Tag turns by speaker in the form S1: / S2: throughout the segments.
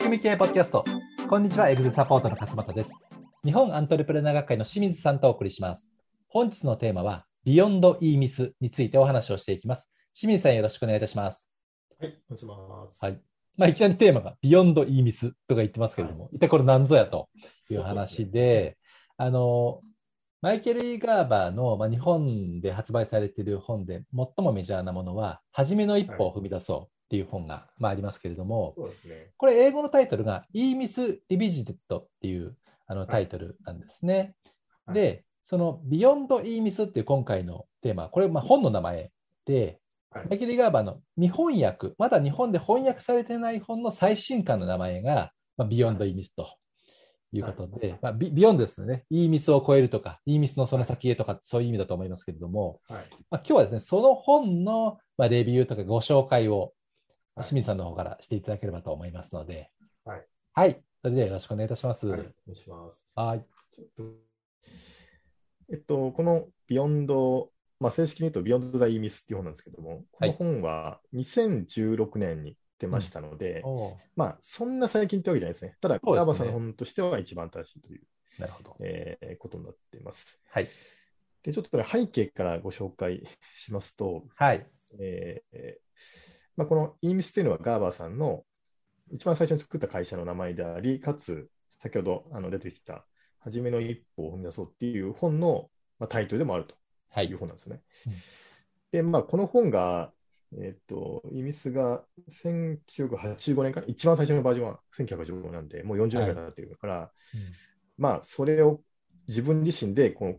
S1: 組系ポッドキャスト。こんにちは、エグゼサポートの勝俣です。日本アントレプレナー学会の清水さんとお送りします。本日のテーマは、ビヨンドイーミスについてお話をしていきます。清水さんよろしくお願いいたします。
S2: はい、持ちます。
S1: はいまあ、いきなりテーマが、ビヨンドイーミスとか言ってますけれども、一体これ何ぞやという話で、あの、マイケル・イーガーバーの、まあ、日本で発売されている本で、最もメジャーなものは、初めの一歩を踏み出そうっていう本が、まあ、ありますけれども、
S2: そうですね。
S1: これ英語のタイトルが e m i s r e v i s i t e っていうあの
S2: い
S1: タイトルなんですね。
S2: はい
S1: で、その Beyond e m i s っていう今回のテーマ、これまあ本の名前で、
S2: はい
S1: マイケル・ガーバーの未翻訳、まだ日本で翻訳されてない本の最新刊の名前が、まあ、Beyond e m i s ということで、まあ、ビビヨンドですよね。e m i s を超えるとか、e m i s のその先へとか、そういう意味だと思いますけれども、
S2: はい。
S1: まあ、今日はですね、その本の、まあ、レビューとかご紹介を
S2: はい
S1: 清水さんの方からしていただければと思いますので、
S2: はい。
S1: はい。それではよろしくお願いいたします。
S2: はい、
S1: はい。
S2: お願いします。
S1: はい。
S2: ちょっとえっと、このビヨンド、まあ、正式に言うとビヨンド・ザ・イーミスっていう本なんですけども、こ
S1: はい
S2: の本は2016年に出ましたので、
S1: お
S2: まあ、そんな最近ってわけじゃないですね。ただ、
S1: そうですね
S2: ラバさんの本としては一番新しいという、
S1: ーなるほど。
S2: えーことになっています。
S1: はい。
S2: で、ちょっとこれ背景からご紹介しますと、
S1: はい。
S2: えーえーまあ、このイーミスというのはガーバーさんの一番最初に作った会社の名前であり、かつ先ほどあの出てきた、初めの一歩を踏み出そうっていう本の、まあ、タイトルでもあると。
S1: はいいう
S2: 本なんですよね。
S1: うん
S2: で、まあ、この本が、えっと、イーミスが1985年から、一番最初のバージョンは1985年なんで、もう40年ぐらい経ってるから、
S1: うん
S2: まあ、それを自分自身でこの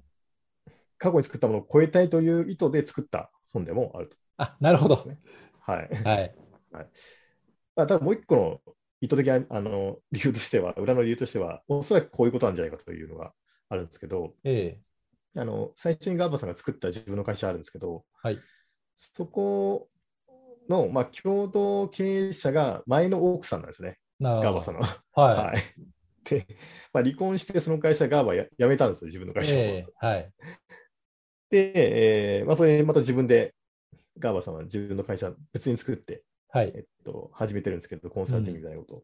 S2: 過去に作ったものを超えたいという意図で作った本でもあると。
S1: あ、なるほ ど
S2: です。ねはい。
S1: はい。
S2: まあ、ただもう一個の意図的なあの理由としては、裏の理由としては、おそらくこういうことなんじゃないかというのがあるんですけど、
S1: ええ
S2: あの最初にガーバさんが作った自分の会社あるんですけど、
S1: はい
S2: そこの、まあ、共同経営者が前の奥さんなんですね、
S1: な
S2: ガーバさん
S1: ん。
S2: の。
S1: は
S2: はいで、まあ、離婚して、その会社、ガーバや辞めたんですよ、自分の会
S1: い。
S2: 社を。
S1: ええはい。
S2: で、えーまあ、それまた自分で、ガーバさんは自分の会社、別に作って、
S1: はい。
S2: えっと、始めてるんですけど、コンサルティングみたいなことを。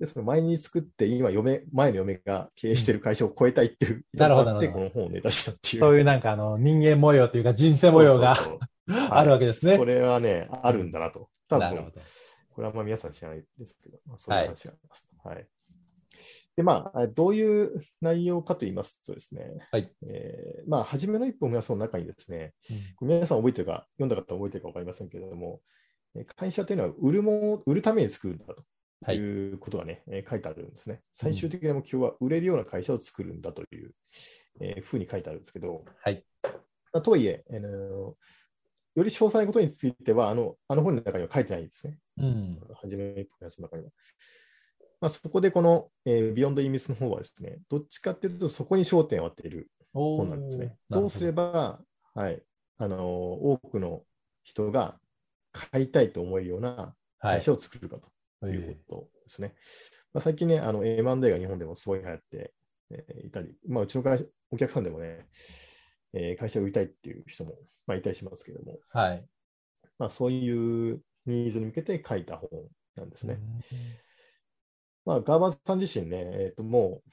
S2: で、その前に作って、今、嫁、前の嫁が経営してる会社を超えたいっていう、
S1: なる ほど
S2: で、
S1: なる
S2: こ
S1: ほ
S2: の本をネタしたっていう。
S1: そういうなんかあの人間模様というか人生模様が
S2: そうそうそう
S1: あるわけですね
S2: そ。れはね、あるんだなと。多
S1: なるほ
S2: 分、
S1: ど。
S2: これはあんま皆さん知らないですけど、まあ、そういう話があります。はい。で、まあ、どういう内容かと言いますとですね、
S1: はい
S2: えーまあ、初めの一歩を皆さんの中にですね、
S1: うん
S2: 皆さん覚えてるか、読んだ方覚えてるか分かりませんけれども、えー会社というのは売るものを売るために作るんだ
S1: は
S2: と
S1: い。
S2: いうことがね、えー書いてあるんですね。最終的な目標は売れるような会社を作るんだという、えーふうに書いてあるんですけど、
S1: はい
S2: まあとはいえ、あのーより詳細なことについてはあの、あの本の中には書いてないんですね。
S1: うん。
S2: 初めの一歩のやつの中には。まあ、そこでこの、えー、ビヨンド・イーミスの方はですね、どっちかっていうと、そこに焦点を当てる
S1: お
S2: 本なんですね。どうすれ
S1: ば
S2: ば、はい、あのー多くの人が買いたいと思えるような
S1: は
S2: 会
S1: い。
S2: 社を作るかとい
S1: え
S2: うことですね。まあ、最近ね、あの M&A が日本でもすごい流行って、えーいたり、まあ、うちの会社お客さんでもね、えー会社を売りたいっていう人も、まあ、いたりしますけども、
S1: えはい。
S2: まあ、そういうニーズに向けて書いた本なんですね。まあ、ガーバーさん自身ね、えーともう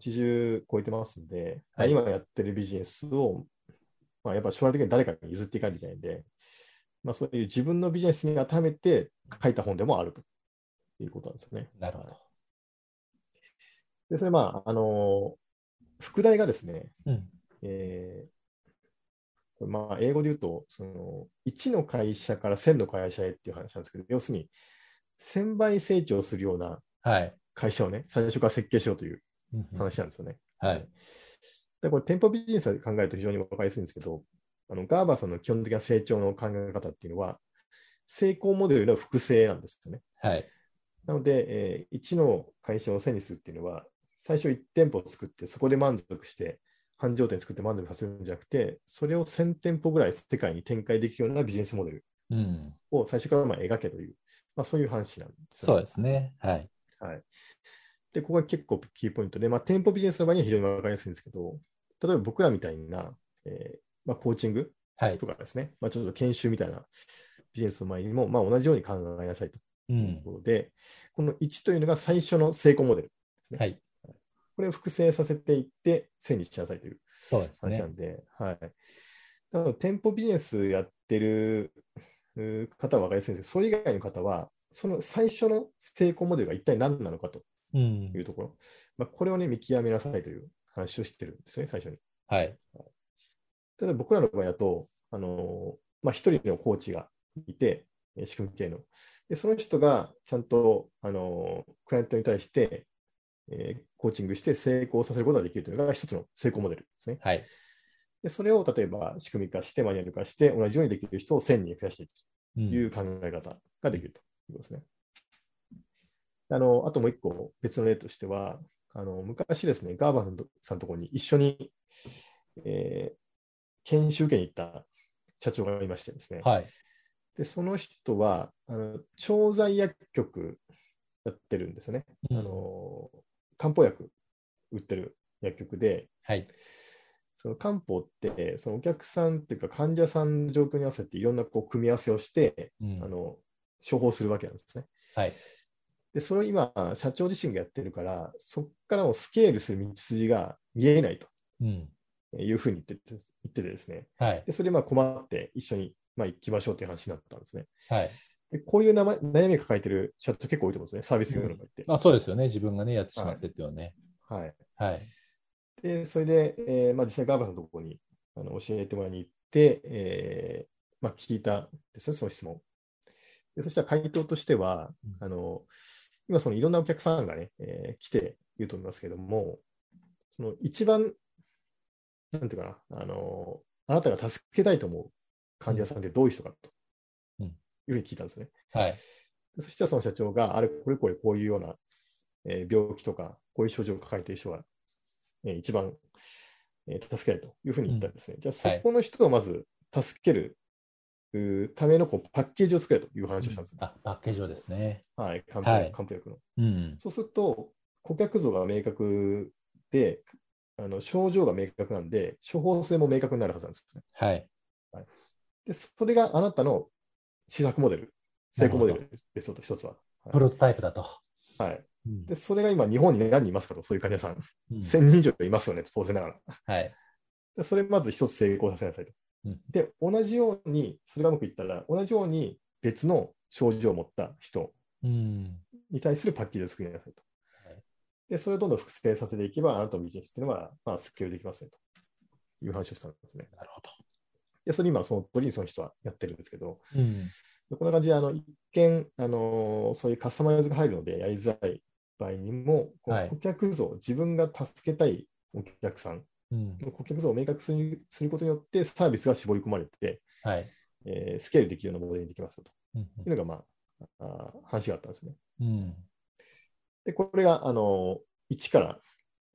S2: 80超えてますんで、まあ
S1: はい
S2: 今やってるビジネスを、まあ、やっぱ将来的に誰かに譲っていかなきゃいけないんで、まあ、そういう自分のビジネスに当てはめて書いた本でもあるということなんですよね。
S1: なるほど。
S2: で、それまあ、あの副題がですね、
S1: うん。
S2: えーこれまあ、英語で言うと、その1の会社から1000の会社へっていう話なんですけど、要するに1000倍成長するような
S1: はい。
S2: 会社をね、最初から設計しようという
S1: うんうん
S2: 話なんですよね。
S1: はい。
S2: で、これ、店舗ビジネスで考えると非常に分かりやすいんですけど、あのガーバーさんの基本的な成長の考え方っていうのは、成功モデルの複製なんですよね。
S1: はい。
S2: なので、えー1の会社を1000にするっていうのは、最初1店舗を作って、そこで満足して、繁盛店作って満足させるんじゃなくて、それを1000店舗ぐらい世界に展開できるようなビジネスモデル
S1: うん。
S2: を最初からまあ描けという、まあ、そういう話なんですよ
S1: そう
S2: ね。
S1: ですね。はい。
S2: はい。で、ここが結構キーポイントで、まあ、店舗ビジネスの場合には非常に分かりやすいんですけど、例えば僕らみたいな、えーまあ、コーチング
S1: はい
S2: と。かですね、まあ、ちょっと研修みたいなビジネスの前にも、まあ、同じように考えなさいと
S1: うん
S2: と。ころで、この1というのが最初の成功モデル。
S1: はい。
S2: これを複製させていって、1000にしなさいという
S1: そうです
S2: 話な
S1: ね。
S2: んで、はい。多分店舗ビジネスやってるうー方は分かりやすいんですけど、それ以外の方は、その最初の成功モデルが一体何なのかと
S1: うん
S2: い。うところ、まあ、これをね、見極めなさいという話をしてるんですよね、最初に。
S1: はい。
S2: ただ僕らの場合だと、あのまあ、一人のコーチがいて、えー仕組み系の。で、その人がちゃんと、あのクライアントに対して、えーコーチングして成功させることができるというのが一つの成功モデルですね。
S1: はい。
S2: で、それを例えば仕組み化して、マニュアル化して、同じようにできる人を1000人増やしていく
S1: う
S2: とい
S1: ん。
S2: う考え方ができるということですね。あのあともう一個別の例としては、あの昔ですね、ガーバーさんとさんのところに一緒に、えー研修受けに行った社長がいましてですね、
S1: はい。
S2: でその人はあの、調剤薬局やってるんですね、
S1: うん
S2: あの漢方薬売ってる薬局で、
S1: はい。
S2: その漢方って、そのお客さんっていうか患者さんの状況に合わせていろんなこう組み合わせをして、
S1: うん
S2: あの処方するわけなんですね。
S1: はい。
S2: で、それを今、社長自身がやってるから、そこからもスケールする道筋が見えない
S1: うん。
S2: というふうに言ってて言っててですね、
S1: はい。
S2: でそれでまあ困って一緒にまあ行きましょうという話になったんですね。
S1: はい。
S2: でこういうなま悩み抱えてる社長結構多いと思うんですね、サービス業の場合って。
S1: まあそうですよね。自分がね、やってしまってっていうのはね。
S2: はい、
S1: はい。
S2: で、それで、えーまあ、実際、ガーバさんのところにあの教えてもらいに行って、えーまあ、聞いたんですね、その質問。でそしたら回答としては、
S1: う
S2: あの今、そのいろんなお客さんがね、えー来ていると思いますけれども、その一番、なんていうかな、あのあなたが助けたいと思う患者さんってどういう人かと、
S1: うん
S2: いうふうに聞いたんですね。
S1: はい。
S2: でそしたらその社長が、あれ、これこれこういうような、えー病気とか、こういう症状を抱えている人が、えー一番、えー助けたいというふうに言ったんですね。じゃあ、そ
S1: はい
S2: この人をまず助ける、うーためのこうパッケージを作れという話をしたんですね。
S1: あ、パッケージをですね。
S2: はい、漢
S1: は
S2: 方
S1: い
S2: 漢方薬の。
S1: うん。
S2: そうすると、顧客像が明確で、あの症状が明確なんで、処方性も明確になるはずなんですね。
S1: はい。
S2: で、それがあなたの試作モデル、成功モデルですと、一つは。
S1: プロトタイプだと。
S2: はい、
S1: うん
S2: で、それが今、日本に何人いますかと、そういう患者さん。
S1: うん
S2: 1000人以上いますよね、当然ながら。
S1: はい。
S2: でそれまず一つ成功させなさいと。
S1: うん
S2: で、同じように、それがうまくいったら、同じように別の症状を持った人
S1: うん。
S2: に対するパッケージを作りなさいと
S1: はい。
S2: で、それをどんどん複製させていけば、あなたのビジネスっていうのは、まあ、スケールできますねという話をしたんですね。
S1: なるほど。
S2: で、それ今、その通りにその人はやってるんですけど、
S1: うん。
S2: でこんな感じで、あの、一見、あのーそういうカスタマイズが入るので、やりづらい場合にも、こう
S1: はい
S2: 顧客像、自分が助けたいお客さん
S1: うん。
S2: 顧客像を明確するすることによって、サービスが絞り込まれて、
S1: はい。
S2: えースケールできるようなモデルにできますよと
S1: うん
S2: いうのが、まあ、あー話があったんですね。
S1: うん。
S2: で、これが、あのー、1から、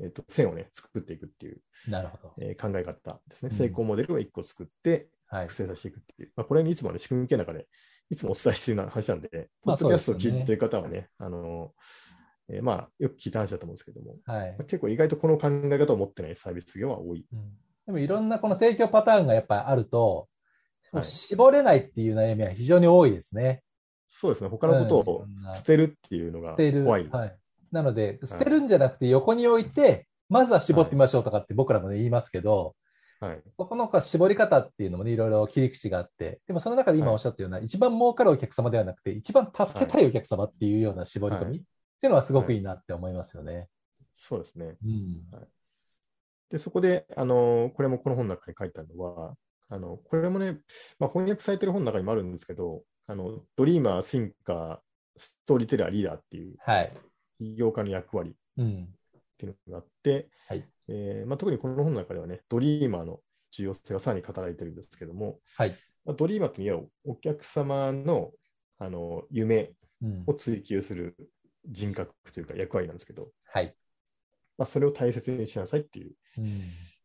S2: えー、と線をね、作っていくっていう、
S1: なるほど。
S2: えー考え方ですね。
S1: うん
S2: 成功モデルを1個作って、
S1: はい
S2: 複。製させていくっていう。まあ、これにいつもね、仕組み系の中で、いつもお伝えしているような話なんで、ポ
S1: まあ
S2: ッドキャスト
S1: そ
S2: を
S1: うですよね
S2: 聞いてる方はね、あのーえーまあ、よく聞いた話だと思うんですけども、
S1: はい
S2: まあ。結構意外とこの考え方を持ってないサービス業は多い。
S1: うんでもいろんなこの提供パターンがやっぱりあると、
S2: はい
S1: 絞れないっていう悩みは非常に多いですね。
S2: そうですね、他のことを
S1: うんいろんな
S2: 捨てるっていうのが
S1: 捨てる。
S2: 怖い。
S1: はい。なので、捨てるんじゃなくて横に置いて、まずは絞ってみましょうとかって僕らもね言いますけど、
S2: はい、
S1: そこの絞り方っていうのもね、いろいろ切り口があって、でもその中で今
S2: はい
S1: おっしゃったような、一番儲かるお客様ではなくて、一番助けたいお客様っていうような絞り込
S2: はい
S1: みっていうのはすごくいいなって思いますよね。
S2: そうですね。
S1: うん。
S2: で、そこで、あのこれもこの本の中に書いてあるのは、あのこれもね、まあ、翻訳されてる本の中にもあるんですけど、あのドリーマー、シンカー、ストーリーテラー、リーダーっていう
S1: はい。
S2: 起業家の役割っ
S1: うん。
S2: ていうのがあって、
S1: はい
S2: えーまあ、特にこの本の中ではね、ドリーマーの重要性がさらに語られてるんですけども、
S1: はい
S2: まあ、ドリーマーというのはお客様のあの夢
S1: うん
S2: を。追求する人格というか役割なんですけど、
S1: はい。
S2: まあ、それを大切にしなさいっていう
S1: うん。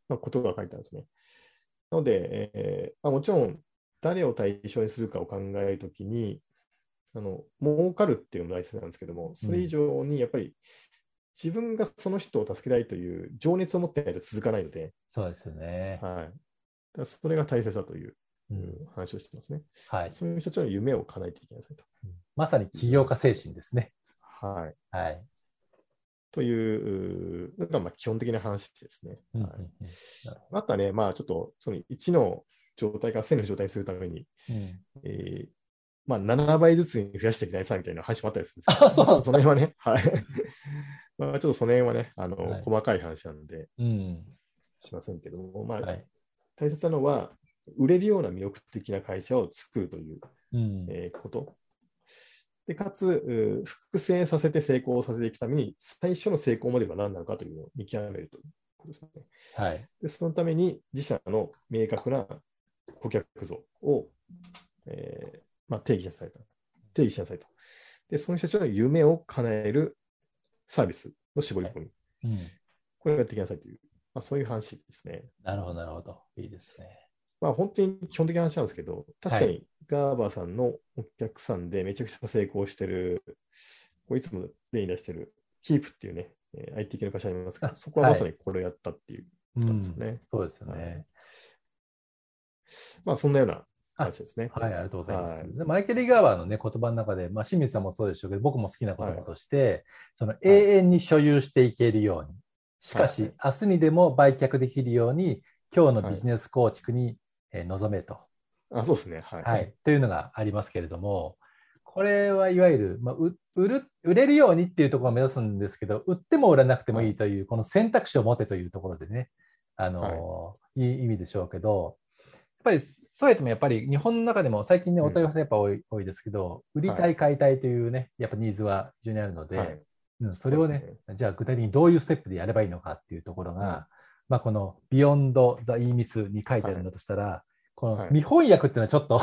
S2: まあ、ことが書いてあるんですね。なので、えーまあ、もちろん誰を対象にするかを考えるときにあの、儲かるっていうのも大切なんですけども、それ以上にやっぱり自分がその人を助けたいという情熱を持ってないと続かないので、
S1: そうですよね。
S2: はい、だからそれが大切だという
S1: うん
S2: 話をしてますね。
S1: はい、
S2: そういう人たちの夢を叶えていきなさいと。
S1: まさに起業家精神ですね。
S2: はい。
S1: はい。
S2: というのがまあ基本的な話ですね。
S1: うんう
S2: はい
S1: ん
S2: あとはね、まあ、ちょっとその1の状態から1000の状態にするために、
S1: うんうん
S2: えーまあ、7倍ずつに増やしていきなさいみたいな話もあったりするんですけ
S1: あそうなん
S2: ど、その辺はね、はい。 まあ、ちょっとその辺はね、あの、
S1: はい
S2: 細かい話なんで
S1: うん
S2: しませんけども、まあ、
S1: はい
S2: 大切なのは、売れるような魅力的な会社を作るという、
S1: うん
S2: えーこと。で、かつ、うー複製させて成功させていくために、最初の成功モデルは何なのかというのを見極めるということですね。
S1: はい
S2: で、そのために自社の明確な顧客像を、えーまあ、定義しなさいと。定義しなさいと。で、その人たちの夢を叶えるサービスの絞り込み。
S1: うん
S2: これをやっていきなさいという、まあ、そういう話ですね。
S1: なるほど、なるほど。いいですね。
S2: まあ、本当に基本的な話なんですけど、確かにガーバーさんのお客さんでめちゃくちゃ成功してる、これいつも例に出してる、キープっていうね、えー IT 系の会社ありますけ
S1: あ
S2: ど、そこはまさにこれをやったっていう
S1: う
S2: ことなんですよ
S1: ん
S2: ね。
S1: そうですよ
S2: は
S1: ね
S2: い。まあ、そんなような話ですね。
S1: はい、ありがとうございます。
S2: はい
S1: でマイケル・リガーバーの、ね、言葉の中で、まあ、清水さんもそうでしょうけど、僕も好きな言葉として、その永遠に所有していけるように、しかし、
S2: はい
S1: 明日にでも売却できるように、今日のビジネス構築に、えー臨めと、
S2: あ、そうですね。はい。
S1: はい、というのがありますけれども、これはいわゆる、まあ、う売る売れるようにっていうところを目指すんですけど、売っても売らなくてもいいという、この選択肢を持てというところでね、あのい、い意味でしょうけど、やっぱりそうやってもやっぱり日本の中でも最近ね、
S2: うん
S1: お問い合わせやっぱ多い,、多いですけど、売りた、
S2: はい
S1: 買いたいというね、やっぱニーズは非常にあるので、
S2: はい
S1: うん、それをね
S2: そうで
S1: じゃあ具体的にどういうステップでやればいいのかっていうところが、まあ、この「Beyond the E ミス」に書いてあるんだとしたら、この
S2: はい
S1: 未翻訳っていうのはちょっと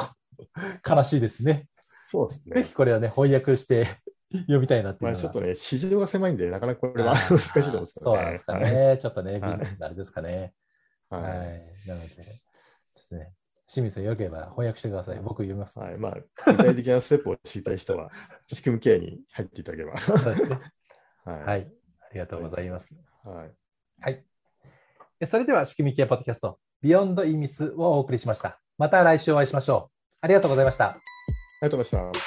S1: 悲しいですね。
S2: そうです
S1: ぜ
S2: ね
S1: ひ。これはね翻訳して 読みたいなってい
S2: ま
S1: う
S2: あ、
S1: の
S2: ちょ
S1: が
S2: っとね、市場が狭いんで、なかなかこれ
S1: あ
S2: は
S1: ー
S2: 難しいと思うんですけど
S1: そう
S2: ね。
S1: なんですか
S2: はい。
S1: ね。ちょっとね、ビ
S2: はい
S1: ジネスのあれですかね。はい。
S2: はい
S1: なので、ちょっとね、清水さんよければ翻訳してください。僕読みます。
S2: はいまあ、具体的なステップを知りたい人は、仕組み系に入っていただければ。
S1: そうですねは
S2: はい。
S1: い。ありがとうございます。
S2: はい。
S1: はい。えそれでは、仕組み系ポッドキャスト、ビヨンドイミスをお送りしました。また来週お会いしましょう。ありがとうございました。
S2: ありがとうございました。